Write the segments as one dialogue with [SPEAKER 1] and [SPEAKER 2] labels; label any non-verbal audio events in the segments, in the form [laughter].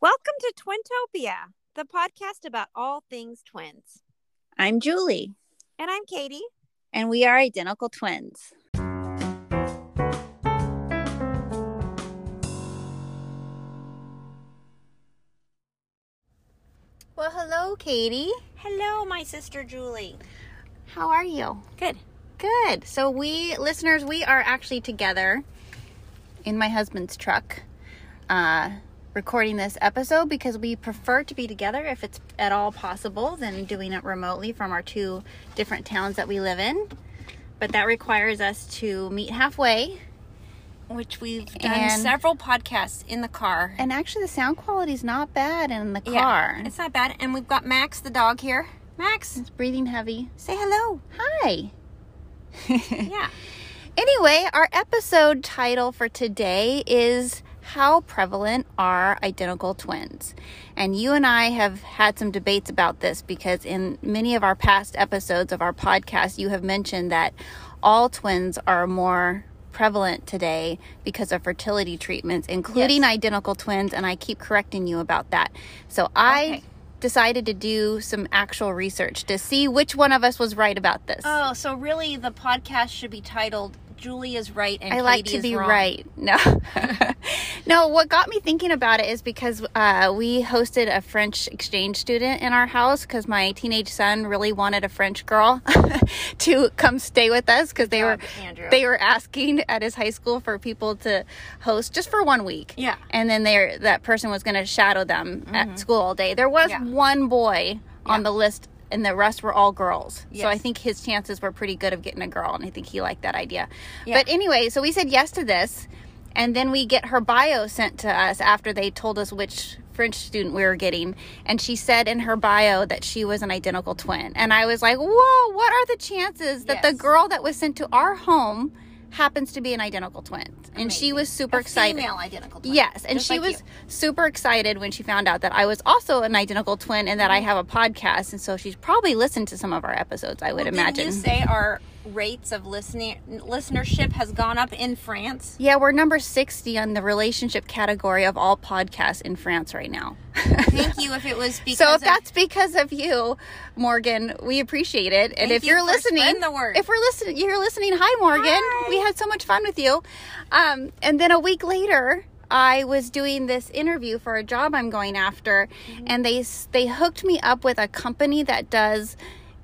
[SPEAKER 1] Welcome to Twintopia, the podcast about all things twins.
[SPEAKER 2] I'm Julie,
[SPEAKER 1] And I'm Katie.
[SPEAKER 2] and we are identical twins. Well, hello, Katie.
[SPEAKER 1] Hello, my sister Julie.
[SPEAKER 2] How are you?
[SPEAKER 1] Good.
[SPEAKER 2] Good. So, we listeners, we are actually together in my husband's truck uh, recording this episode because we prefer to be together if it's at all possible than doing it remotely from our two different towns that we live in. But that requires us to meet halfway.
[SPEAKER 1] Which we've done
[SPEAKER 2] And-
[SPEAKER 1] several podcasts in the car.
[SPEAKER 2] And actually, the sound quality is not bad in the
[SPEAKER 1] Yeah,
[SPEAKER 2] car.
[SPEAKER 1] It's not bad. And we've got Max the dog here. Max,
[SPEAKER 2] It's breathing heavy.
[SPEAKER 1] say
[SPEAKER 2] [laughs]
[SPEAKER 1] hello.
[SPEAKER 2] Hi.
[SPEAKER 1] Yeah.
[SPEAKER 2] Anyway, our episode title for today is How Prevalent Are Identical Twins? And you and I have had some debates about this because in many of our past episodes of our podcast, you have mentioned that all twins are more prevalent today because of fertility treatments, including identical twins. And I keep correcting you about that. So I.
[SPEAKER 1] Okay.
[SPEAKER 2] Decided to do some actual research to see which one of us was right about this.
[SPEAKER 1] Oh, so really the podcast should be titled Julie is right and
[SPEAKER 2] I like to be right. [laughs] No, no. What got me thinking about it is because uh, we hosted a French exchange student in our house because my teenage son really wanted a French girl [laughs] to come stay with us because they were
[SPEAKER 1] Andrew.
[SPEAKER 2] they were asking at his high school for people to host just for one week.
[SPEAKER 1] Yeah.
[SPEAKER 2] and then they that person was going to shadow them at school all day. There was
[SPEAKER 1] Mm-hmm. Yeah.
[SPEAKER 2] one boy on
[SPEAKER 1] Yeah.
[SPEAKER 2] the list. And the rest were all girls. So I
[SPEAKER 1] Yes.
[SPEAKER 2] think his chances were pretty good of getting a girl. And I think he liked that idea.
[SPEAKER 1] Yeah.
[SPEAKER 2] But anyway, so we said yes to this, and then we get her bio sent to us after they told us which French student we were getting. And she said in her bio that she was an identical twin. And I was like, whoa, what are the chances that the
[SPEAKER 1] Yes.
[SPEAKER 2] girl that was sent to our home happens to be an identical twin? And she
[SPEAKER 1] Amazing.
[SPEAKER 2] was super
[SPEAKER 1] A
[SPEAKER 2] excited.
[SPEAKER 1] Female identical. twin.
[SPEAKER 2] Yes, and
[SPEAKER 1] Just
[SPEAKER 2] she
[SPEAKER 1] like
[SPEAKER 2] was super excited when she found out that I was also an identical twin and
[SPEAKER 1] Mm-hmm.
[SPEAKER 2] that I have a podcast, and so she's probably listened to some of our episodes. I would
[SPEAKER 1] Well,
[SPEAKER 2] imagine.
[SPEAKER 1] Didn't you say our rates of listening listenership has gone up in
[SPEAKER 2] [laughs]
[SPEAKER 1] France?
[SPEAKER 2] Yeah, we're number 60 on the relationship category of all podcasts in France right now. [laughs]
[SPEAKER 1] Thank you. If it was because
[SPEAKER 2] so if
[SPEAKER 1] of-
[SPEAKER 2] that's because of you, Morgan, we appreciate it.
[SPEAKER 1] Thank
[SPEAKER 2] And if
[SPEAKER 1] you
[SPEAKER 2] you're
[SPEAKER 1] for
[SPEAKER 2] listening,
[SPEAKER 1] spreading the word.
[SPEAKER 2] if we're listening, you're listening, hi Morgan.
[SPEAKER 1] Hi.
[SPEAKER 2] We had so much fun with you. Um, and then a week later, I was doing this interview for a job I'm going after, and they s- they hooked me up with a company that does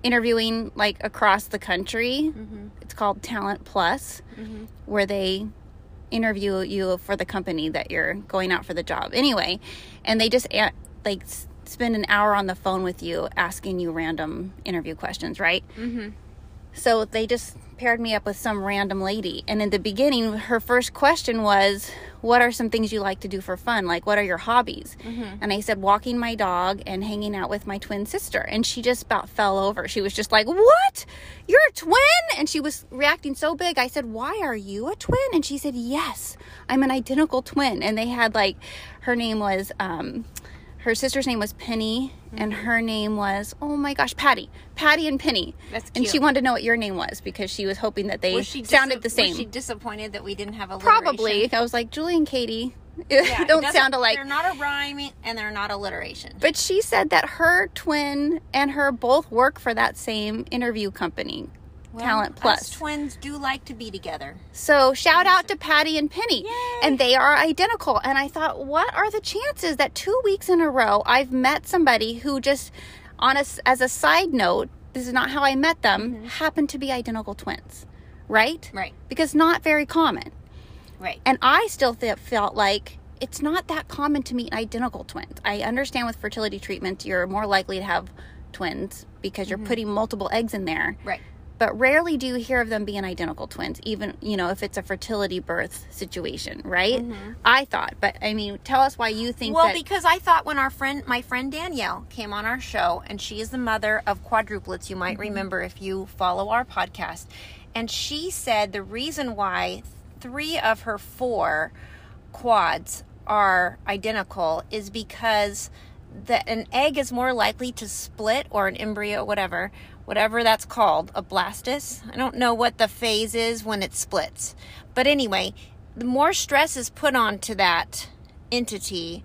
[SPEAKER 2] interviewing like across the country. It's called Talent Plus, where they interview you for the company that you're going out for the job anyway and they just a- like s- spend an hour on the phone with you asking you random interview questions right mm-hmm. so they just paired me up with some random lady and in the beginning her first question was what are some things you like to do for fun like what are your hobbies
[SPEAKER 1] Mm-hmm.
[SPEAKER 2] and i said walking my dog and hanging out with my twin sister and she just about fell over she was just like what you're a twin and she was reacting so big i said why are you a twin and she said yes i'm an identical twin and they had like her name was um her sister's name was penny and
[SPEAKER 1] Mm-hmm.
[SPEAKER 2] her name was oh my gosh patty patty and penny
[SPEAKER 1] That's
[SPEAKER 2] and she
[SPEAKER 1] cute.
[SPEAKER 2] wanted to know what your name was because she was hoping that they
[SPEAKER 1] was she dis-
[SPEAKER 2] sounded the same
[SPEAKER 1] Was she disappointed that we didn't have a
[SPEAKER 2] probably i was like julie and katie [laughs]
[SPEAKER 1] Yeah,
[SPEAKER 2] don't
[SPEAKER 1] it
[SPEAKER 2] sound alike
[SPEAKER 1] They're not a rhyme and they're not alliteration.
[SPEAKER 2] But she said that her twin and her both work for that same interview company,
[SPEAKER 1] Well,
[SPEAKER 2] Talent
[SPEAKER 1] Us
[SPEAKER 2] Plus.
[SPEAKER 1] twins do like to be together.
[SPEAKER 2] so shout out to Patty and Penny.
[SPEAKER 1] Yay.
[SPEAKER 2] And they are identical. And I thought, what are the chances that two weeks in a row I've met somebody who just, on a s as a side note, this is not how I met them, happened to be identical twins, right?
[SPEAKER 1] Mm-hmm. Right.
[SPEAKER 2] Because not very common.
[SPEAKER 1] Right.
[SPEAKER 2] And I still th- felt like it's not that common to meet identical twins. I understand with fertility treatments, you're more likely to have twins because you're putting multiple eggs in there.
[SPEAKER 1] right.
[SPEAKER 2] But rarely do you hear of them being identical twins, even, you know, if it's a fertility birth situation, right? I thought. But I mean, tell us why you think
[SPEAKER 1] Well,
[SPEAKER 2] that.
[SPEAKER 1] because I thought when our friend, my friend Danielle, came on our show, and she is the mother of quadruplets, you might
[SPEAKER 2] Mm-hmm.
[SPEAKER 1] remember if you follow our podcast. And she said the reason why three of her four quads are identical is because that an egg is more likely to split or an embryo, whatever, whatever that's called, a blastus. I don't know what the phase is when it splits. But anyway, the more stress is put onto that entity,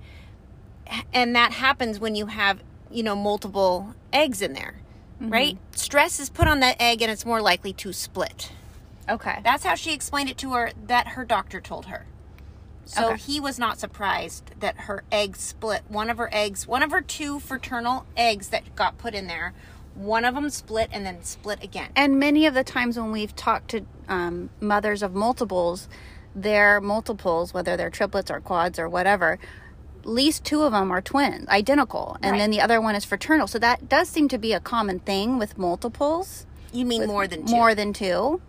[SPEAKER 1] and that happens when you have you know multiple eggs in there
[SPEAKER 2] Mm-hmm.
[SPEAKER 1] right stress is put on that egg and it's more likely to split
[SPEAKER 2] Okay.
[SPEAKER 1] that's how she explained it to her that her doctor told her so
[SPEAKER 2] Okay.
[SPEAKER 1] he was not surprised that her egg split one of her eggs one of her two fraternal eggs that got put in there one of them split and then split again
[SPEAKER 2] and many of the times when we've talked to um, mothers of multiples, their multiples, whether they're triplets or quads or whatever, at least two of them are twins, identical, and then
[SPEAKER 1] Right.
[SPEAKER 2] the other one is fraternal. So that does seem to be a common thing with multiples,
[SPEAKER 1] you mean more than two Mm-hmm.
[SPEAKER 2] more than 2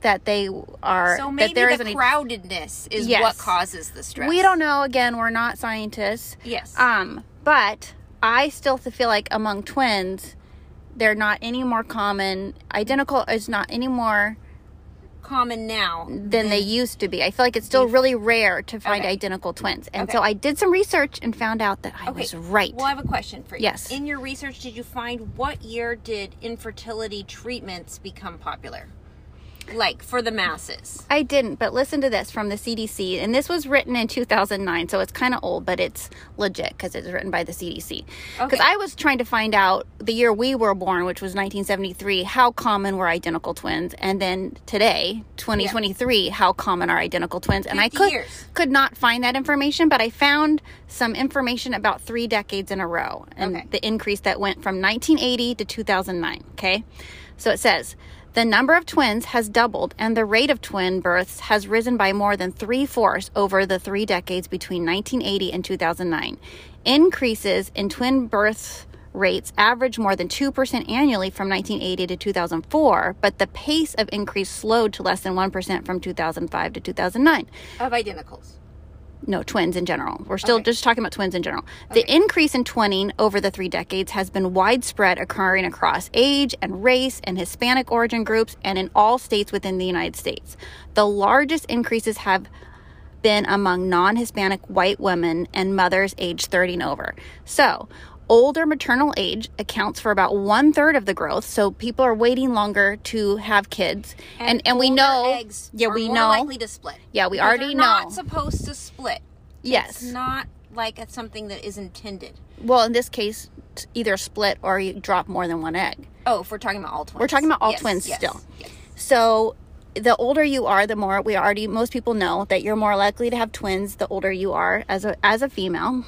[SPEAKER 2] that they are.
[SPEAKER 1] so maybe
[SPEAKER 2] that there
[SPEAKER 1] the
[SPEAKER 2] not
[SPEAKER 1] crowdedness is
[SPEAKER 2] Yes.
[SPEAKER 1] what causes the stress
[SPEAKER 2] We don't know. Again, we're not scientists.
[SPEAKER 1] yes
[SPEAKER 2] Um, but I still feel like among twins, they're not any more common. Identical is not any more
[SPEAKER 1] common now
[SPEAKER 2] than they used to be. I feel like it's still really rare to find
[SPEAKER 1] Mm-hmm. Okay.
[SPEAKER 2] identical twins. And so I did some research and found out that I was right.
[SPEAKER 1] Well, I have a question for you.
[SPEAKER 2] Yes.
[SPEAKER 1] In your research, did you find what year did infertility treatments become popular? Like for the masses.
[SPEAKER 2] I didn't, but listen to this from the CDC. And this was written in 2009, so it's kind of old, but it's legit because it's written by the CDC. Because
[SPEAKER 1] Okay.
[SPEAKER 2] I was trying to find out the year we were born, which was 1973, how common were identical twins? And then today, 2023, how common are identical twins? And I
[SPEAKER 1] 50
[SPEAKER 2] could,
[SPEAKER 1] years.
[SPEAKER 2] could not find that information, but I found some information about three decades in a row and
[SPEAKER 1] Okay.
[SPEAKER 2] the increase that went from 1980 to 2009. Okay. So it says the number of twins has doubled and the rate of twin births has risen by more than three fourths over the three decades between 1980 and 2009. Increases in twin births rates averaged more than 2% annually from 1980 to 2004, but the pace of increase slowed to less than 1% from 2005 to 2009
[SPEAKER 1] Of identicals.
[SPEAKER 2] no twins in general we're still
[SPEAKER 1] Okay.
[SPEAKER 2] just talking about twins in general the increase in twinning over the three decades has been widespread occurring across age and race and hispanic origin groups and in all states within the united states the largest increases have been among non-hispanic white women and mothers aged 30 and over so older maternal age accounts for about one third of the growth so people are waiting longer to have kids and and, we
[SPEAKER 1] older
[SPEAKER 2] know
[SPEAKER 1] eggs
[SPEAKER 2] yeah
[SPEAKER 1] are
[SPEAKER 2] we
[SPEAKER 1] more
[SPEAKER 2] know
[SPEAKER 1] likely to split.
[SPEAKER 2] Yeah, we
[SPEAKER 1] But
[SPEAKER 2] already
[SPEAKER 1] they're
[SPEAKER 2] know.
[SPEAKER 1] Not supposed to split.
[SPEAKER 2] yes
[SPEAKER 1] It's not like it's something that is intended.
[SPEAKER 2] Well, in this case, t- either split or you drop more than one egg.
[SPEAKER 1] Oh, if we're talking about all twins.
[SPEAKER 2] We're talking about all
[SPEAKER 1] Yes,
[SPEAKER 2] twins
[SPEAKER 1] yes,
[SPEAKER 2] still.
[SPEAKER 1] yes.
[SPEAKER 2] So, the older you are, the more we already most people know that you're more likely to have twins the older you are as a as a female.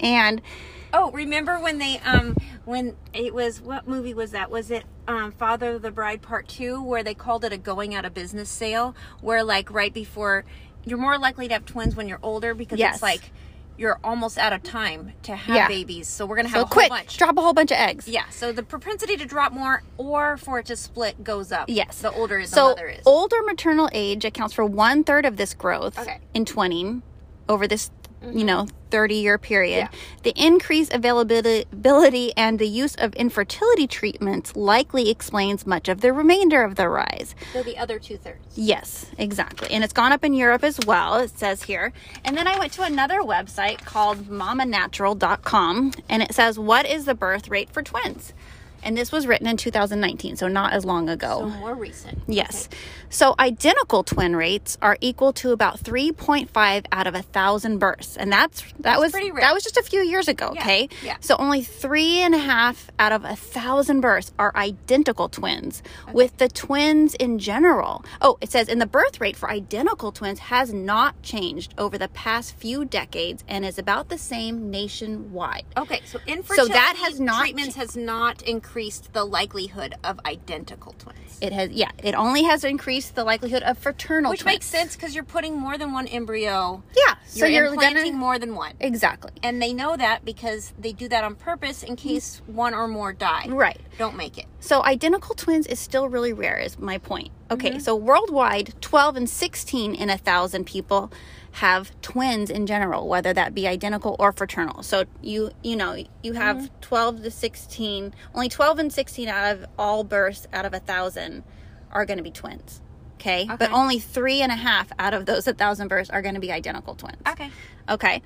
[SPEAKER 2] And
[SPEAKER 1] Oh, remember when they um when it was what movie was that? Was it um Father of the Bride Part 2 where they called it a going out of business sale where like right before you're more likely to have twins when you're older because
[SPEAKER 2] Yes.
[SPEAKER 1] it's like you're almost out of time to have
[SPEAKER 2] Yeah.
[SPEAKER 1] babies. So we're going to have
[SPEAKER 2] so
[SPEAKER 1] a
[SPEAKER 2] quick,
[SPEAKER 1] whole bunch.
[SPEAKER 2] drop a whole bunch of eggs.
[SPEAKER 1] yeah, so the propensity to drop more or for it to split goes up.
[SPEAKER 2] Yes.
[SPEAKER 1] The older the
[SPEAKER 2] so
[SPEAKER 1] mother is.
[SPEAKER 2] older maternal age accounts for one third of this growth
[SPEAKER 1] Okay. Mm-hmm.
[SPEAKER 2] in twinning over this you know 30 year period
[SPEAKER 1] Yeah.
[SPEAKER 2] the increased availability and the use of infertility treatments likely explains much of the remainder of the rise
[SPEAKER 1] so the other two thirds.
[SPEAKER 2] Yes, exactly. And it's gone up in Europe as well, it says here. And then I went to another website called mamanatural.com and it says, What is the birth rate for twins? And this was written in 2019, so not as long ago.
[SPEAKER 1] So more recent.
[SPEAKER 2] Yes. So identical twin rates are equal to about 3.5 out of a thousand births, and that's that was
[SPEAKER 1] pretty rare.
[SPEAKER 2] that was just a few years ago.
[SPEAKER 1] Yeah,
[SPEAKER 2] Okay.
[SPEAKER 1] yeah.
[SPEAKER 2] So only three and a half out of a thousand births are identical twins. With the twins in general, oh, it says, and the birth rate for identical twins has not changed over the past few decades and is about the same nationwide.
[SPEAKER 1] Okay, so infertility
[SPEAKER 2] that has not-
[SPEAKER 1] treatments has not increased the likelihood of identical twins.
[SPEAKER 2] It has, yeah, it only has increased the likelihood of fraternal
[SPEAKER 1] Which
[SPEAKER 2] twins.
[SPEAKER 1] makes sense because you're putting more than one embryo.
[SPEAKER 2] Yeah.
[SPEAKER 1] You're
[SPEAKER 2] so you're
[SPEAKER 1] implanting
[SPEAKER 2] gonna
[SPEAKER 1] more than one.
[SPEAKER 2] exactly.
[SPEAKER 1] And they know that because they do that on purpose in case one or more die.
[SPEAKER 2] Mm-hmm. Right.
[SPEAKER 1] Don't make it.
[SPEAKER 2] So identical twins is still really rare, is my point. Okay, so worldwide, 12 and 16 in a thousand people have twins in general, whether that be identical or fraternal. So you you know you have 12 to 16, only 12 and 16 out of all births out of a thousand are going to be twins. Okay? but
[SPEAKER 1] Okay.
[SPEAKER 2] only three and a half out of those a thousand births are going to be identical twins.
[SPEAKER 1] Okay.
[SPEAKER 2] Okay.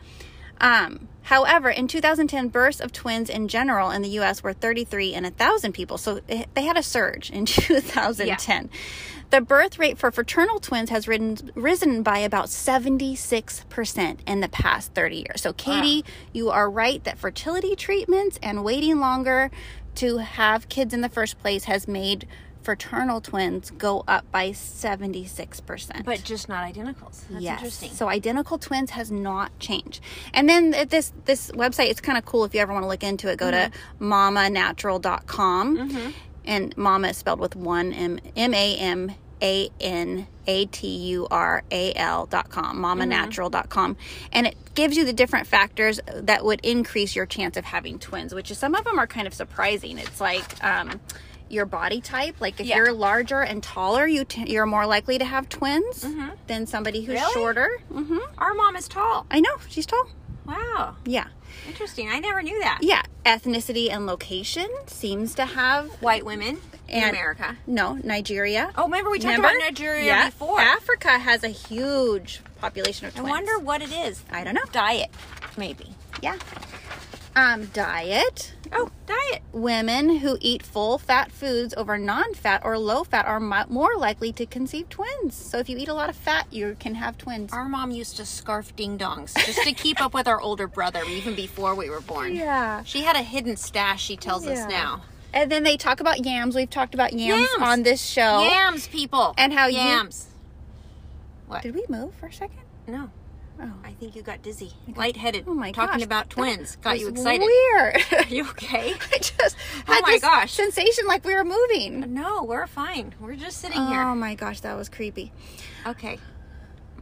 [SPEAKER 2] Um, However, in 2010, births of twins in general in the U.S. were 33 and 1,000 people. So it- they had a surge in [laughs] 2010. The birth rate for fraternal twins has risen, risen by about 76% in the past 30 years. So, Katie, you are right that fertility treatments and waiting longer to have kids in the first place has made fraternal twins go up by 76%.
[SPEAKER 1] But just not identicals. That's interesting.
[SPEAKER 2] So identical twins has not changed. And then th- this this website it's kind of cool if you ever want to look into it. Go
[SPEAKER 1] Mm-hmm.
[SPEAKER 2] to mamanatural.com. And mama is spelled with one M M A M A N A T U R A L dot com,
[SPEAKER 1] Mm-hmm.
[SPEAKER 2] mamanatural.com. And it gives you the different factors that would increase your chance of having twins, which is some of them are kind of surprising. It's like um, your body type, like if
[SPEAKER 1] Yeah.
[SPEAKER 2] you're larger and taller, you t- you're more likely to have twins
[SPEAKER 1] Mm-hmm.
[SPEAKER 2] than somebody who's
[SPEAKER 1] Really? Mm-hmm.
[SPEAKER 2] shorter. hmm
[SPEAKER 1] Our mom is tall.
[SPEAKER 2] I know she's tall.
[SPEAKER 1] Wow.
[SPEAKER 2] Yeah,
[SPEAKER 1] Interesting. I never knew that.
[SPEAKER 2] yeah. Ethnicity and location seems to have
[SPEAKER 1] White women in
[SPEAKER 2] And-
[SPEAKER 1] America.
[SPEAKER 2] no Nigeria.
[SPEAKER 1] Oh, remember we talked
[SPEAKER 2] Remember?
[SPEAKER 1] about Nigeria
[SPEAKER 2] Yeah.
[SPEAKER 1] before.
[SPEAKER 2] Africa has a huge population of
[SPEAKER 1] I
[SPEAKER 2] twins.
[SPEAKER 1] wonder what it is.
[SPEAKER 2] I don't know.
[SPEAKER 1] Diet, maybe.
[SPEAKER 2] Yeah. Um, diet.
[SPEAKER 1] Oh, diet.
[SPEAKER 2] Women who eat full fat foods over non fat or low fat are mi- more likely to conceive twins. So, if you eat a lot of fat, you can have twins.
[SPEAKER 1] Our mom used to scarf ding dongs just to keep up with our older brother, even before we were born.
[SPEAKER 2] Yeah.
[SPEAKER 1] She had a hidden stash, she tells us
[SPEAKER 2] Yeah.
[SPEAKER 1] now.
[SPEAKER 2] And then they talk about yams. We've talked about yams,
[SPEAKER 1] Yams.
[SPEAKER 2] on this show.
[SPEAKER 1] Yams, people.
[SPEAKER 2] Oh. And how you-
[SPEAKER 1] yams. What?
[SPEAKER 2] Did we move for a second?
[SPEAKER 1] No,
[SPEAKER 2] Oh,
[SPEAKER 1] I think you got dizzy, lightheaded.
[SPEAKER 2] Oh my
[SPEAKER 1] Talking
[SPEAKER 2] gosh,
[SPEAKER 1] about
[SPEAKER 2] that
[SPEAKER 1] twins got you
[SPEAKER 2] was
[SPEAKER 1] excited.
[SPEAKER 2] Weird. [laughs]
[SPEAKER 1] Are [laughs] you okay?
[SPEAKER 2] I just
[SPEAKER 1] Oh
[SPEAKER 2] had
[SPEAKER 1] my
[SPEAKER 2] this
[SPEAKER 1] gosh.
[SPEAKER 2] sensation like we were moving.
[SPEAKER 1] No, we're fine. We're just sitting
[SPEAKER 2] Oh
[SPEAKER 1] here.
[SPEAKER 2] my gosh, that was creepy.
[SPEAKER 1] Um, Okay.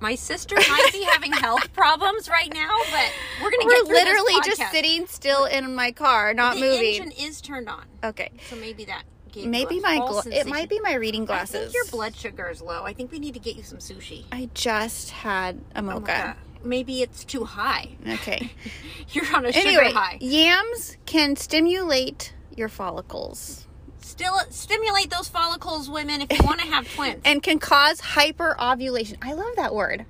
[SPEAKER 1] My sister might be
[SPEAKER 2] [laughs]
[SPEAKER 1] having health problems right now, but we're gonna
[SPEAKER 2] We're
[SPEAKER 1] get through this
[SPEAKER 2] literally just
[SPEAKER 1] podcast.
[SPEAKER 2] sitting still in my car, not
[SPEAKER 1] The
[SPEAKER 2] moving.
[SPEAKER 1] engine is turned on,
[SPEAKER 2] Okay.
[SPEAKER 1] so maybe that. Gave you
[SPEAKER 2] Maybe
[SPEAKER 1] a
[SPEAKER 2] my
[SPEAKER 1] false
[SPEAKER 2] gla- it
[SPEAKER 1] sensation.
[SPEAKER 2] might be my reading
[SPEAKER 1] I
[SPEAKER 2] glasses.
[SPEAKER 1] think your blood sugar is low. I think we need to get you some sushi.
[SPEAKER 2] I just had a
[SPEAKER 1] Oh my
[SPEAKER 2] mocha.
[SPEAKER 1] God. Maybe it's too
[SPEAKER 2] [laughs]
[SPEAKER 1] high.
[SPEAKER 2] okay.
[SPEAKER 1] You're on a [laughs]
[SPEAKER 2] Anyway,
[SPEAKER 1] sugar high.
[SPEAKER 2] yams can stimulate your follicles
[SPEAKER 1] Still stimulate those follicles, women,
[SPEAKER 2] [laughs]
[SPEAKER 1] if you want to have twins.
[SPEAKER 2] and can cause hyperovulation. I love that word,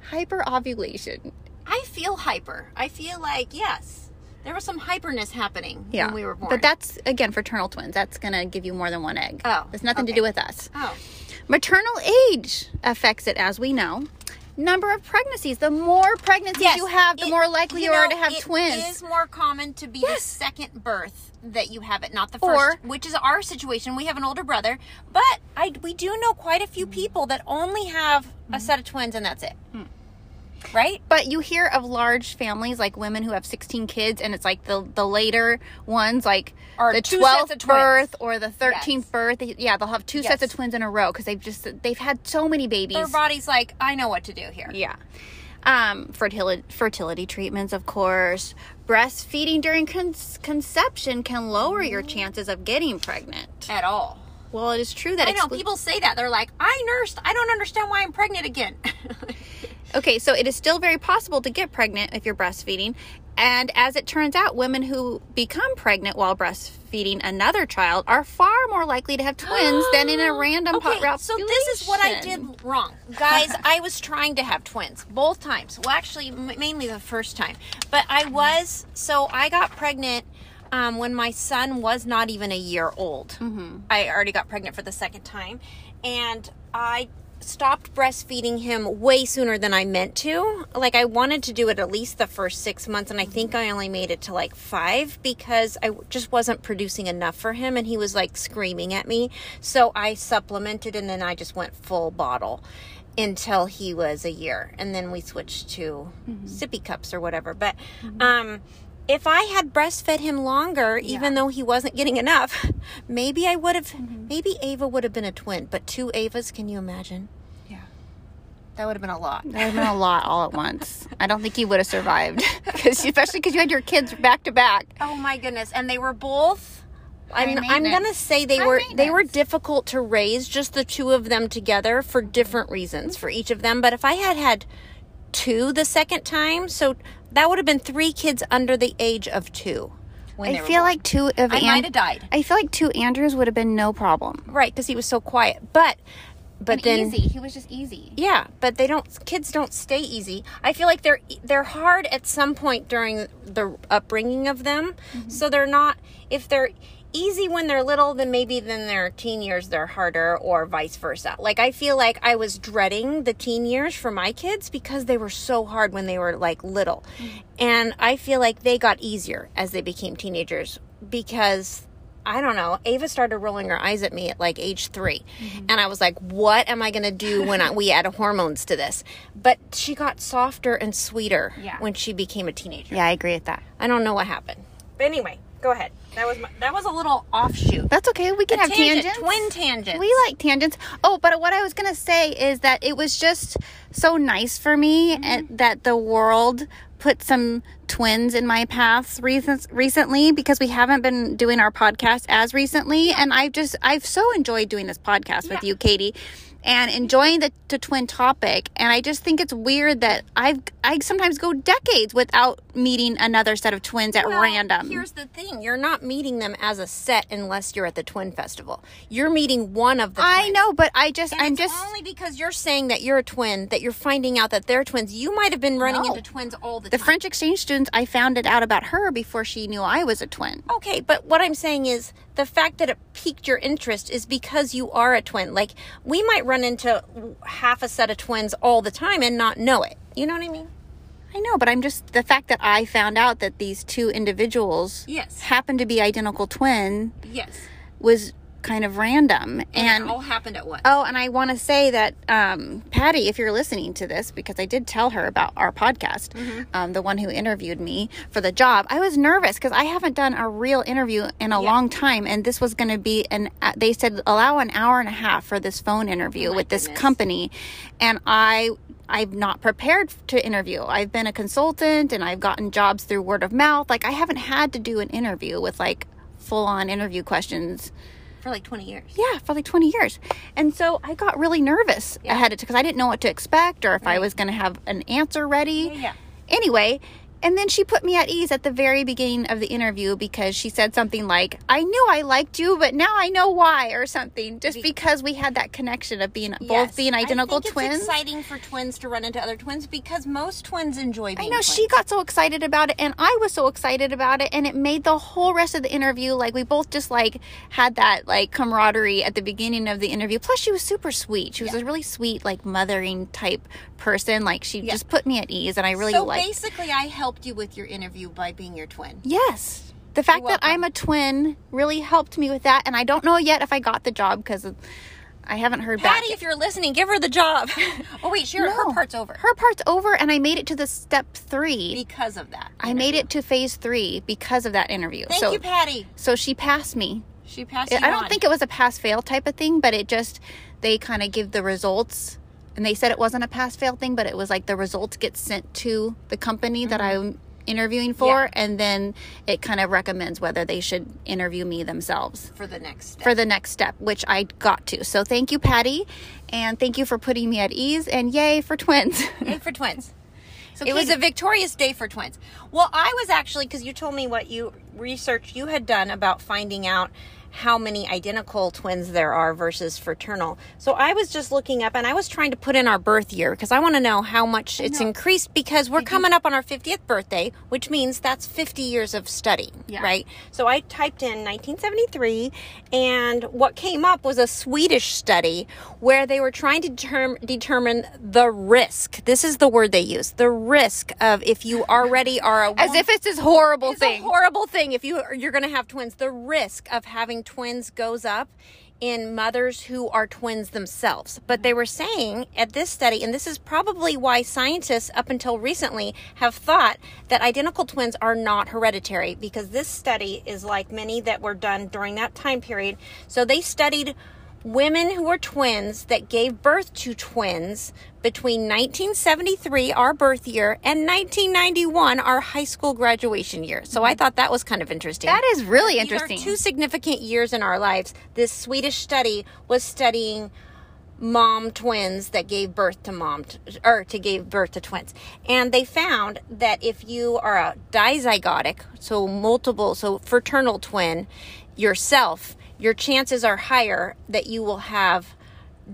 [SPEAKER 2] hyperovulation.
[SPEAKER 1] I feel hyper. I feel like yes, there was some hyperness happening when we were born.
[SPEAKER 2] But that's again fraternal twins. That's gonna give you more than one egg.
[SPEAKER 1] Oh,
[SPEAKER 2] it's nothing to
[SPEAKER 1] okay.
[SPEAKER 2] do with us.
[SPEAKER 1] oh,
[SPEAKER 2] Maternal age affects it, as we know. Number of pregnancies. The more pregnancies
[SPEAKER 1] yes,
[SPEAKER 2] you have, the
[SPEAKER 1] it-
[SPEAKER 2] more likely you,
[SPEAKER 1] know,
[SPEAKER 2] are to have
[SPEAKER 1] it
[SPEAKER 2] twins.
[SPEAKER 1] is more common to be the
[SPEAKER 2] Yes.
[SPEAKER 1] second birth that you have it, not the
[SPEAKER 2] Or-
[SPEAKER 1] first, which is our situation. We have an older brother, but I we do know quite a few people that only have a set of twins and that's it.
[SPEAKER 2] Hmm.
[SPEAKER 1] Right?
[SPEAKER 2] But you hear of large families like women who have 16 kids, and it's like the the later ones, like
[SPEAKER 1] Are
[SPEAKER 2] the
[SPEAKER 1] two sets
[SPEAKER 2] 12th
[SPEAKER 1] of twins.
[SPEAKER 2] birth or the 13th
[SPEAKER 1] Yes.
[SPEAKER 2] birth. They- Yeah, they'll have two sets of
[SPEAKER 1] Yes.
[SPEAKER 2] twins in a row because they've just they've had so many babies.
[SPEAKER 1] Their body's like, I know what to do here.
[SPEAKER 2] Yeah. Um, fertility, fertility treatments, of course. Breastfeeding during con- conception can lower your chances of getting pregnant.
[SPEAKER 1] At all.
[SPEAKER 2] Well, it is true that
[SPEAKER 1] I know
[SPEAKER 2] exclu-
[SPEAKER 1] people say that. They're like, I nursed. I don't understand why I'm pregnant again. [laughs]
[SPEAKER 2] Okay, so it is still very possible to get pregnant if you're breastfeeding. And as it turns out, women who become pregnant while breastfeeding another child are far more likely to have twins than
[SPEAKER 1] [gasps]
[SPEAKER 2] in a random
[SPEAKER 1] okay,
[SPEAKER 2] pot route.
[SPEAKER 1] So this is what I did wrong, guys. I was trying to have twins both times. Well, actually, m- mainly the first time, but I was so I got pregnant. Um, when my son was not even a year old,
[SPEAKER 2] Mm-hmm.
[SPEAKER 1] I already got pregnant for the second time, and I stopped breastfeeding him way sooner than I meant to. Like I wanted to do it at least the first 6 months and I think I only made it to like 5 because I w- just wasn't producing enough for him and he was like screaming at me. So I supplemented and then I just went full bottle until he was a year and then we switched to sippy cups or whatever. But um if I had breastfed him longer, even though he wasn't getting enough, [laughs] maybe I would have, maybe Ava would have been a twin, but two Avas, can you imagine?
[SPEAKER 2] Yeah.
[SPEAKER 1] That would have been a lot.
[SPEAKER 2] That would have been a lot all at once. I don't think you would have survived, [laughs] 'Cause- especially because you had your kids back to back.
[SPEAKER 1] Oh my goodness. And they were both. I'm,
[SPEAKER 2] High
[SPEAKER 1] I'm gonna
[SPEAKER 2] maintenance.
[SPEAKER 1] say they
[SPEAKER 2] High
[SPEAKER 1] were they were
[SPEAKER 2] maintenance.
[SPEAKER 1] difficult to raise just the two of them together for different reasons for each of them but if I had had two the second time so that would have been three kids under the age of two when
[SPEAKER 2] I
[SPEAKER 1] they were
[SPEAKER 2] feel
[SPEAKER 1] born.
[SPEAKER 2] like two of
[SPEAKER 1] I
[SPEAKER 2] An-
[SPEAKER 1] might have died
[SPEAKER 2] I feel like two Andrews would have been no problem.
[SPEAKER 1] right because he was so quiet but but
[SPEAKER 2] And
[SPEAKER 1] then
[SPEAKER 2] easy. He was just easy.
[SPEAKER 1] yeah, but they don't. Kids don't stay easy. I feel like they're they're hard at some point during the upbringing of them. So they're not. If they're easy when they're little, then maybe then their teen years they're harder, or vice versa. Like I feel like I was dreading the teen years for my kids because they were so hard when they were like little, and I feel like they got easier as they became teenagers because I don't know. Ava started rolling her eyes at me at like age 3 And I was like, what am I going to do when I, we add hormones to this? But she got softer and sweeter
[SPEAKER 2] Yeah.
[SPEAKER 1] when she became a teenager.
[SPEAKER 2] Yeah, I agree with that.
[SPEAKER 1] I don't know what happened. But anyway, go ahead. That was my, that was a little offshoot.
[SPEAKER 2] That's okay. We can have
[SPEAKER 1] Tangent,
[SPEAKER 2] tangents.
[SPEAKER 1] Twin tangents.
[SPEAKER 2] We like tangents. Oh, but what I was gonna say is that it was just so nice for me
[SPEAKER 1] Mm-hmm.
[SPEAKER 2] and that the world put some twins in my paths recent, recently because we haven't been doing our podcast as recently, and I've just I've so enjoyed doing this podcast with you, Katie. And enjoying the, the twin topic, and I just think it's weird that I've I sometimes go decades without meeting another set of twins at
[SPEAKER 1] Well,
[SPEAKER 2] random.
[SPEAKER 1] Here's the thing: you're not meeting them as a set unless you're at the twin festival. You're meeting one of the.
[SPEAKER 2] I
[SPEAKER 1] twins.
[SPEAKER 2] know, but I just I'm
[SPEAKER 1] it's
[SPEAKER 2] just
[SPEAKER 1] only because you're saying that you're a twin that you're finding out that they're twins. You might have been running
[SPEAKER 2] No.
[SPEAKER 1] into twins all the,
[SPEAKER 2] The
[SPEAKER 1] time.
[SPEAKER 2] French exchange students, I found it out about her before she knew I was a twin.
[SPEAKER 1] Okay, but what I'm saying is the fact that it piqued your interest is because you are a twin. Like we might run into half a set of twins all the time and not know it. You know what I mean?
[SPEAKER 2] I know, but I'm just the fact that I found out that these two individuals
[SPEAKER 1] Yes.
[SPEAKER 2] happened to be identical twin
[SPEAKER 1] Yes.
[SPEAKER 2] was kind of random. And,
[SPEAKER 1] all happened at once.
[SPEAKER 2] oh, and I want to say that um, Patty, if you're listening to this, because I did tell her about our podcast, um, the one who interviewed me for the job, I was nervous because I haven't done a real interview in a long time, and this was going to be an. Uh, they said allow an hour and a half for this phone interview with this
[SPEAKER 1] goodness.
[SPEAKER 2] company, and I. I'm not prepared to interview. I've been a consultant and I've gotten jobs through word of mouth. Like I haven't had to do an interview with like full on interview questions
[SPEAKER 1] For like 20 years.
[SPEAKER 2] yeah, for like 20 years. And so I got really nervous ahead of because I didn't know what to expect or if I was going to have an answer ready.
[SPEAKER 1] yeah.
[SPEAKER 2] Anyway, and then she put me at ease at the very beginning of the interview because she said something like, "I knew I liked you, but now I know why" or something, just because we had that connection of being both being identical
[SPEAKER 1] I think
[SPEAKER 2] twins.
[SPEAKER 1] It's exciting for twins to run into other twins because most twins enjoy being
[SPEAKER 2] I know she got so excited about it, and I was so excited about it, and it made the whole rest of the interview like we both just like had that like camaraderie at the beginning of the interview. Plus, she was super sweet. She was a really sweet, like mothering type person. Like she just put me at ease, and I really
[SPEAKER 1] so
[SPEAKER 2] liked.
[SPEAKER 1] basically I helped you with your interview by being your twin.
[SPEAKER 2] yes, the fact that I'm a twin really helped me with that, and I don't know yet if I got the job because I haven't heard back.
[SPEAKER 1] Patty, if you're listening, give her the [laughs] job. oh wait, she, her
[SPEAKER 2] No.
[SPEAKER 1] part's over.
[SPEAKER 2] Her part's over, and I made it to the step three.
[SPEAKER 1] because of that.
[SPEAKER 2] I made it to phase three because of that interview.
[SPEAKER 1] Thank
[SPEAKER 2] so
[SPEAKER 1] you, Patty.
[SPEAKER 2] So she passed me.
[SPEAKER 1] She passed.
[SPEAKER 2] I
[SPEAKER 1] you
[SPEAKER 2] don't
[SPEAKER 1] on.
[SPEAKER 2] think it was a pass fail type of thing, but it just, they kind of give the results. And they said it wasn't a pass fail thing, but it was like the results get sent to the company that
[SPEAKER 1] Mm-hmm.
[SPEAKER 2] I'm interviewing for. And then it kind of recommends whether they should interview me themselves
[SPEAKER 1] for the next step.
[SPEAKER 2] for the next step, which I got to. So thank you, Patty. And thank you for putting me at ease. And yay for twins. [laughs]
[SPEAKER 1] Yay for twins. So
[SPEAKER 2] It
[SPEAKER 1] it
[SPEAKER 2] was-
[SPEAKER 1] was a victorious day for twins. Well, I was actually because you told me what you research you had done about finding out how many identical twins there are versus fraternal. So I was just looking up and I was trying to put in our birth year because I want to know how much it's increased because we're coming up on our 50th birthday, which means that's 50 years of study,
[SPEAKER 2] Yeah.
[SPEAKER 1] right? So I typed in 1973, and what came up was a Swedish study where they were trying to term, determine the risk. This is the word they use the risk of if you already are a
[SPEAKER 2] As
[SPEAKER 1] woman-
[SPEAKER 2] if it's this horrible
[SPEAKER 1] it's
[SPEAKER 2] thing.
[SPEAKER 1] a horrible thing if you you're going to have twins. The risk of having twins goes up in mothers who are twins themselves. But they were saying at this study, and this is probably why scientists up until recently have thought that identical twins are not hereditary because this study is like many that were done during that time period. So they studied women who were twins that gave birth to twins between 1973 our birth year and 1991 our high school graduation year so i thought that was kind of interesting
[SPEAKER 2] that is really
[SPEAKER 1] These are
[SPEAKER 2] interesting.
[SPEAKER 1] two significant years in our lives this swedish study was studying mom twins that gave birth to mom t- or to gave birth to twins and they found that if you are a dizygotic so multiple so fraternal twin yourself your chances are higher that you will have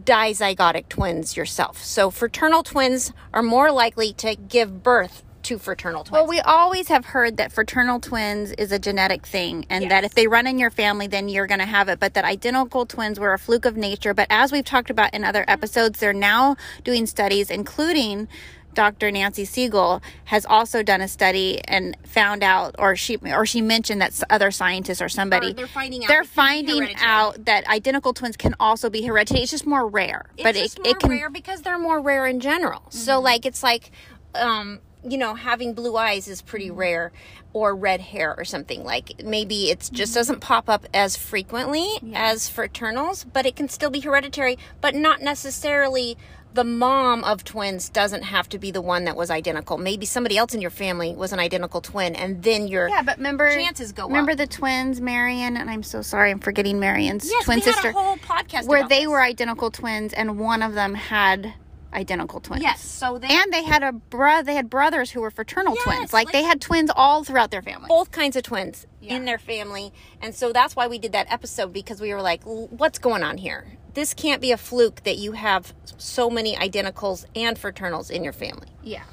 [SPEAKER 1] dizygotic twins yourself. So fraternal twins are more likely to give birth to fraternal twins.
[SPEAKER 2] Well, we always have heard that fraternal twins is a genetic thing and that if they run in your family, then you're going to have it. But that identical twins were a fluke of nature. But as we've talked about in other episodes, they're now doing studies, including Dr. Nancy Siegel has also done a study and found out, or she or she mentioned that s- other scientists or somebody
[SPEAKER 1] Or they're finding out
[SPEAKER 2] they're
[SPEAKER 1] it can be
[SPEAKER 2] finding
[SPEAKER 1] hereditary.
[SPEAKER 2] out that identical twins can also be hereditary. It's just more rare, but
[SPEAKER 1] it's
[SPEAKER 2] it,
[SPEAKER 1] just more
[SPEAKER 2] it can
[SPEAKER 1] rare because they're more rare in general. So like it's like um you know having blue eyes is pretty rare or red hair or something like maybe it just doesn't pop up as frequently as fraternals but it can still be hereditary but not necessarily the mom of twins doesn't have to be the one that was identical maybe somebody else in your family was an identical twin and then you're
[SPEAKER 2] Yeah, but remember
[SPEAKER 1] Chances go
[SPEAKER 2] Remember
[SPEAKER 1] up.
[SPEAKER 2] the twins, Marion, and I'm so sorry, I'm forgetting Marion's
[SPEAKER 1] yes,
[SPEAKER 2] twin
[SPEAKER 1] we
[SPEAKER 2] sister,
[SPEAKER 1] had a whole podcast
[SPEAKER 2] where
[SPEAKER 1] about
[SPEAKER 2] they
[SPEAKER 1] this.
[SPEAKER 2] were identical twins, and one of them had identical twins.
[SPEAKER 1] yes so they
[SPEAKER 2] and they had a bro. They had brothers who were fraternal
[SPEAKER 1] Yes,
[SPEAKER 2] twins. Like,
[SPEAKER 1] like- Oh.
[SPEAKER 2] they had twins all throughout their family.
[SPEAKER 1] both kinds of twins in their family. And so that's why we did that episode because we were like, "L- what's going on here? This can't be a fluke that you have so many identicals and fraternals in your family.
[SPEAKER 2] Yeah,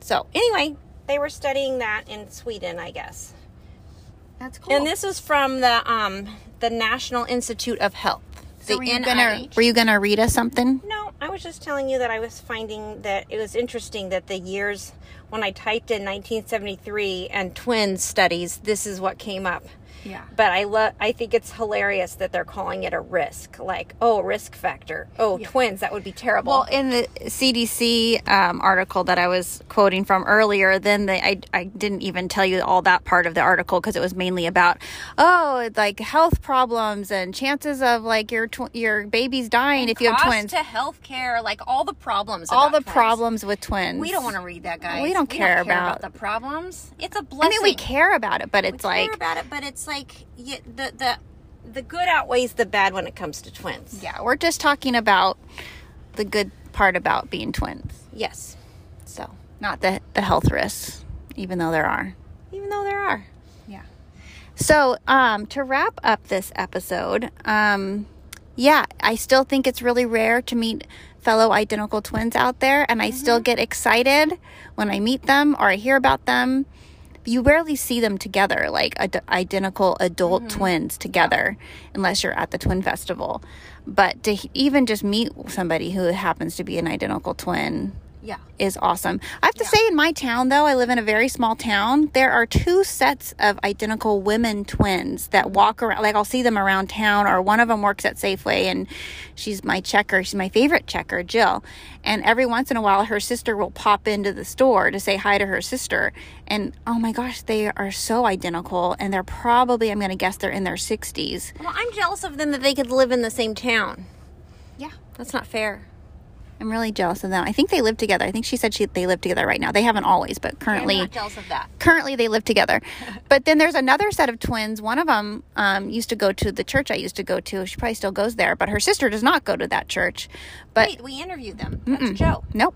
[SPEAKER 1] So, anyway, they were studying that in Sweden, I guess.
[SPEAKER 2] that's cool.
[SPEAKER 1] And this is from the um, the National Institute of Health.
[SPEAKER 2] So
[SPEAKER 1] the
[SPEAKER 2] were you gonna
[SPEAKER 1] NIH.
[SPEAKER 2] were you gonna read us something?
[SPEAKER 1] No, I was just telling you that I was finding that it was interesting that the years when I typed in 1973 and twin studies, this is what came up.
[SPEAKER 2] Yeah.
[SPEAKER 1] But I love I think it's hilarious that they're calling it a risk. Like, oh, risk factor. Oh, twins, that would be terrible.
[SPEAKER 2] Well, Oh, in the CDC um, article that I was quoting from earlier, then the, I, I didn't even tell you all that part of the article because it was mainly about, oh, it's like health problems and chances of like your tw- your baby's dying if you have twins.
[SPEAKER 1] to healthcare, like all the problems.
[SPEAKER 2] all the problems with twins.
[SPEAKER 1] We don't want to read that, guys.
[SPEAKER 2] We don't care about-
[SPEAKER 1] the problems. It's a
[SPEAKER 2] I
[SPEAKER 1] blessing.
[SPEAKER 2] mean, we care about it, but it's like,
[SPEAKER 1] care about it, but it's like y the the the good outweighs the bad when it comes to twins.
[SPEAKER 2] yeah, we're just talking about the good part about being twins,
[SPEAKER 1] Yes. So.
[SPEAKER 2] not the the health risks, even though there are.
[SPEAKER 1] even though there are.
[SPEAKER 2] Yeah. So, um, to wrap up this episode, um, yeah, I still think it's really rare to meet fellow identical twins out there, and I still get excited when I meet them or I hear about them. You rarely see them together, like ad- identical adult twins together, unless you're at the twin festival. But to h- even just meet somebody who happens to be an identical twin,
[SPEAKER 1] Yeah.
[SPEAKER 2] is awesome. I have to say, in my town, though, I live in a very small town, there are two sets of identical women twins that walk around. Like, I'll see them around town, or one of them works at Safeway, and she's my checker. She's my favorite checker, Jill. And every once in a while, her sister will pop into the store to say hi to her sister. And oh my gosh, they are so identical. And they're probably, I'm going to guess, they're in their 60s.
[SPEAKER 1] Well, I'm jealous of them that they could live in the same town.
[SPEAKER 2] Yeah.
[SPEAKER 1] That's not fair.
[SPEAKER 2] I'm really jealous of them. I think they live together. I think she said she, they live together right now. They haven't always, but currently.
[SPEAKER 1] I'm not jealous of that.
[SPEAKER 2] currently they live together but then there's another set of twins one of them um, used to go to the church i used to go to she probably still goes there but her sister does not go to that church but
[SPEAKER 1] Wait, we interviewed them. That's Joe.
[SPEAKER 2] nope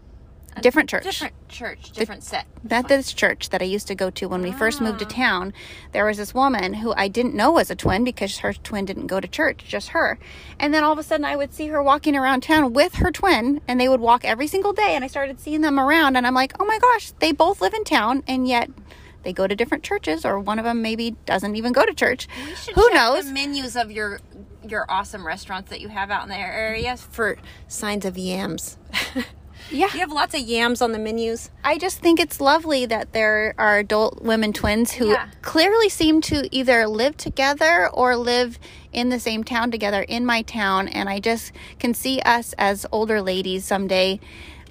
[SPEAKER 2] different church
[SPEAKER 1] Different church, different set.
[SPEAKER 2] not this church that I used to go to when we first moved
[SPEAKER 1] Ah.
[SPEAKER 2] to town, there was this woman who I didn't know was a twin because her twin didn't go to church, just her. And then all of a sudden I would see her walking around town with her twin and they would walk every single day and I started seeing them around and I'm like, "Oh my gosh, they both live in town and yet they go to different churches or one of them maybe doesn't even go to church."
[SPEAKER 1] We should
[SPEAKER 2] Who
[SPEAKER 1] check
[SPEAKER 2] knows?
[SPEAKER 1] The menus of your your awesome restaurants that you have out in the area for signs of [laughs] yams.
[SPEAKER 2] Yeah.
[SPEAKER 1] You have lots of yams on the menus.
[SPEAKER 2] I just think it's lovely that there are adult women twins who
[SPEAKER 1] Yeah.
[SPEAKER 2] clearly seem to either live together or live in the same town together in my town. And I just can see us as older ladies someday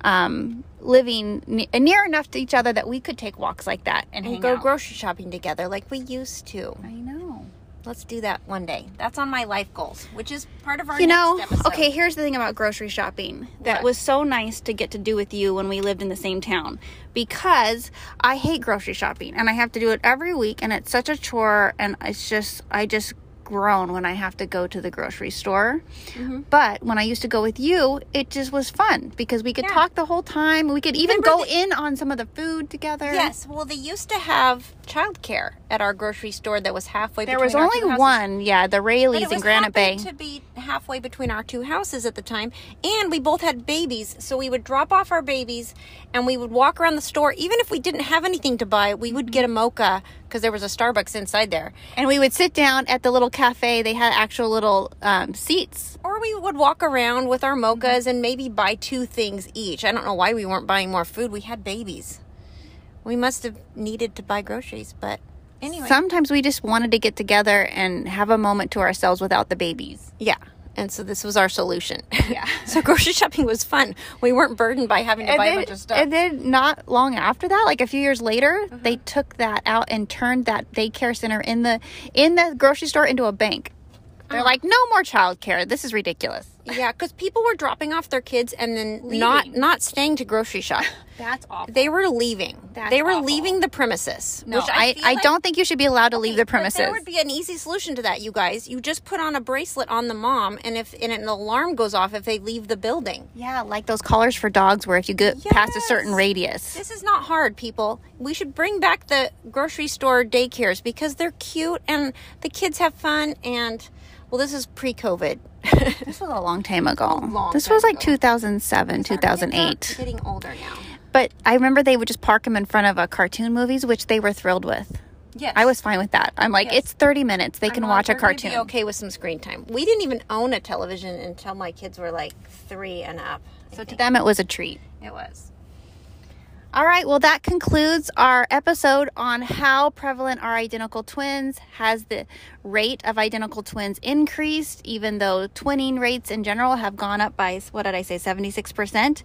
[SPEAKER 2] um, living ne- near enough to each other that we could take walks like that and,
[SPEAKER 1] And
[SPEAKER 2] hang
[SPEAKER 1] go
[SPEAKER 2] out.
[SPEAKER 1] grocery shopping together like we used to.
[SPEAKER 2] I know.
[SPEAKER 1] Let's do that one day. That's on my life goals, which is part of our
[SPEAKER 2] You
[SPEAKER 1] next
[SPEAKER 2] know,
[SPEAKER 1] episode.
[SPEAKER 2] okay, here's the thing about grocery shopping that
[SPEAKER 1] What?
[SPEAKER 2] was so nice to get to do with you when we lived in the same town because I hate grocery shopping and I have to do it every week and it's such a chore and it's just, I just grown when I have to go to the grocery store.
[SPEAKER 1] Mm-hmm.
[SPEAKER 2] But when I used to go with you, it just was fun because we could
[SPEAKER 1] Yeah.
[SPEAKER 2] talk the whole time. We could even
[SPEAKER 1] Remember
[SPEAKER 2] go in on some of the food together.
[SPEAKER 1] Yes. Well, they used to have childcare at our grocery store that was halfway.
[SPEAKER 2] There
[SPEAKER 1] between
[SPEAKER 2] was
[SPEAKER 1] our
[SPEAKER 2] only
[SPEAKER 1] two houses.
[SPEAKER 2] one, yeah, the
[SPEAKER 1] But it
[SPEAKER 2] Rayleighs in
[SPEAKER 1] was
[SPEAKER 2] Granite Bay.
[SPEAKER 1] happened to be halfway between our two houses at the time, and we both had babies, so we would drop off our babies, and we would walk around the store. Even if we didn't have anything to buy, we would
[SPEAKER 2] Mm-hmm.
[SPEAKER 1] get a mocha because there was a Starbucks inside there,
[SPEAKER 2] and we would sit down at the little cafe. They had actual little um, seats.
[SPEAKER 1] or we would walk around with our
[SPEAKER 2] Mm-hmm.
[SPEAKER 1] mochas and maybe buy two things each. I don't know why we weren't buying more food. We had babies. We must have needed to buy groceries, but anyway.
[SPEAKER 2] Sometimes we just wanted to get together and have a moment to ourselves without the babies.
[SPEAKER 1] Yeah. And so this was our solution. Yeah. [laughs] so grocery shopping was fun. We weren't burdened by having to buy a
[SPEAKER 2] then,
[SPEAKER 1] bunch of stuff.
[SPEAKER 2] and then not long after that, like a few years later,
[SPEAKER 1] Uh-huh.
[SPEAKER 2] they took that out and turned that daycare center in the in the grocery store into a bank.
[SPEAKER 1] Oh.
[SPEAKER 2] They're like, no more childcare. This is ridiculous.
[SPEAKER 1] yeah, because people were dropping off their kids and then not
[SPEAKER 2] Leaving.
[SPEAKER 1] not staying to grocery [laughs] shop.
[SPEAKER 2] That's awful.
[SPEAKER 1] They were leaving.
[SPEAKER 2] That's
[SPEAKER 1] they were
[SPEAKER 2] awful.
[SPEAKER 1] leaving the premises.
[SPEAKER 2] No,
[SPEAKER 1] which I,
[SPEAKER 2] I,
[SPEAKER 1] feel
[SPEAKER 2] I
[SPEAKER 1] like-
[SPEAKER 2] don't think you should be allowed to leave the
[SPEAKER 1] But
[SPEAKER 2] premises.
[SPEAKER 1] There would be an easy solution to that, you guys. You just put on a bracelet on the mom, and if and an alarm goes off if they leave the building.
[SPEAKER 2] yeah, like those collars for dogs, where if you get past a certain
[SPEAKER 1] Yes.
[SPEAKER 2] radius,
[SPEAKER 1] This is not hard, people. We should bring back the grocery store daycares because they're cute and the kids have fun. And well, this is pre
[SPEAKER 2] [laughs]
[SPEAKER 1] COVID.
[SPEAKER 2] This was a long time ago.
[SPEAKER 1] long
[SPEAKER 2] this
[SPEAKER 1] time
[SPEAKER 2] was like
[SPEAKER 1] ago.
[SPEAKER 2] 2007, 2008.
[SPEAKER 1] Getting older now.
[SPEAKER 2] But I remember they would just park them in front of uh, cartoon movies, which they were thrilled with.
[SPEAKER 1] Yes.
[SPEAKER 2] I was fine with that. I'm like,
[SPEAKER 1] Yes.
[SPEAKER 2] it's 30 minutes. They can
[SPEAKER 1] I'm
[SPEAKER 2] watch a
[SPEAKER 1] like, we're gonna
[SPEAKER 2] cartoon.
[SPEAKER 1] Be okay with some screen time. We didn't even own a television until my kids were like three and up.
[SPEAKER 2] So to them, it was a treat.
[SPEAKER 1] It was.
[SPEAKER 2] All right. Well, that concludes our episode on how prevalent are identical twins. Has the rate of identical twins increased, even though twinning rates in general have gone up by, what did I say, 76%?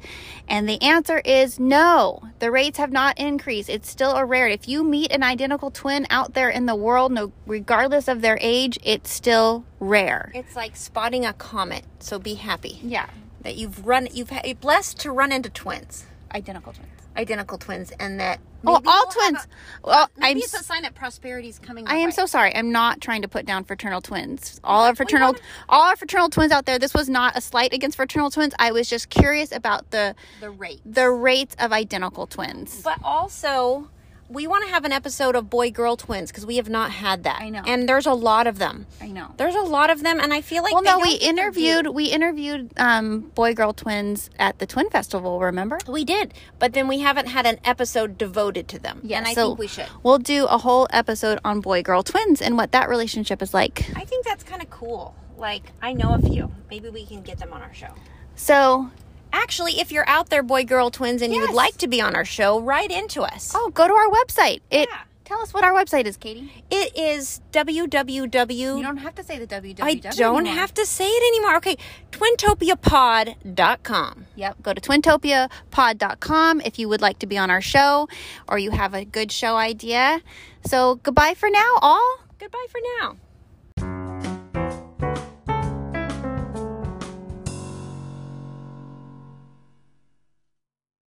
[SPEAKER 2] And the answer is no. The rates have not increased. It's still a rarity. If you meet an identical twin out there in the world, no, regardless of their age, it's still rare.
[SPEAKER 1] It's like spotting a comet. So be happy
[SPEAKER 2] Yeah.
[SPEAKER 1] that you've run. You've ha- you're blessed to run into twins,
[SPEAKER 2] Identical twins.
[SPEAKER 1] identical twins, and that.
[SPEAKER 2] Oh,
[SPEAKER 1] maybe
[SPEAKER 2] all
[SPEAKER 1] we'll have
[SPEAKER 2] twins.
[SPEAKER 1] a-
[SPEAKER 2] well, I'm
[SPEAKER 1] Maybe it's
[SPEAKER 2] s-
[SPEAKER 1] a sign that prosperity's coming.
[SPEAKER 2] I
[SPEAKER 1] our
[SPEAKER 2] am
[SPEAKER 1] way.
[SPEAKER 2] so sorry. I'm not trying to put down fraternal twins. All our fraternal, all our fraternal twins out there. This was not a slight against fraternal twins. I was just curious about the
[SPEAKER 1] the rate.
[SPEAKER 2] the rates of identical twins.
[SPEAKER 1] But also, we want to have an episode of boy girl twins because we have not had that.
[SPEAKER 2] I know.
[SPEAKER 1] And there's a lot of them.
[SPEAKER 2] I know.
[SPEAKER 1] There's a lot of them, and I feel like
[SPEAKER 2] Well,
[SPEAKER 1] they
[SPEAKER 2] no,
[SPEAKER 1] don't
[SPEAKER 2] we
[SPEAKER 1] get their due.
[SPEAKER 2] interviewed we interviewed um, boy girl twins at the Twin Festival. Remember?
[SPEAKER 1] We did, but then we haven't had an episode devoted to them. and I
[SPEAKER 2] So
[SPEAKER 1] think we should.
[SPEAKER 2] We'll do a whole episode on boy girl twins and what that relationship is like.
[SPEAKER 1] I think that's kind of cool. Like, I know a few. Maybe we can get them on our show.
[SPEAKER 2] So
[SPEAKER 1] Actually, if you're out there, boy girl twins, and you would
[SPEAKER 2] Yes.
[SPEAKER 1] like to be on our show, write into us.
[SPEAKER 2] oh, go to our website. It
[SPEAKER 1] Yeah.
[SPEAKER 2] tell us what our website is, Katie.
[SPEAKER 1] It is www.
[SPEAKER 2] don't have to say the www.
[SPEAKER 1] I don't have to say it anymore. Okay, twintopiapod.com.
[SPEAKER 2] Yep. Go to twintopiapod.com if you would like to be on our show or you have a good show idea. So goodbye for now, all.
[SPEAKER 1] Goodbye for now.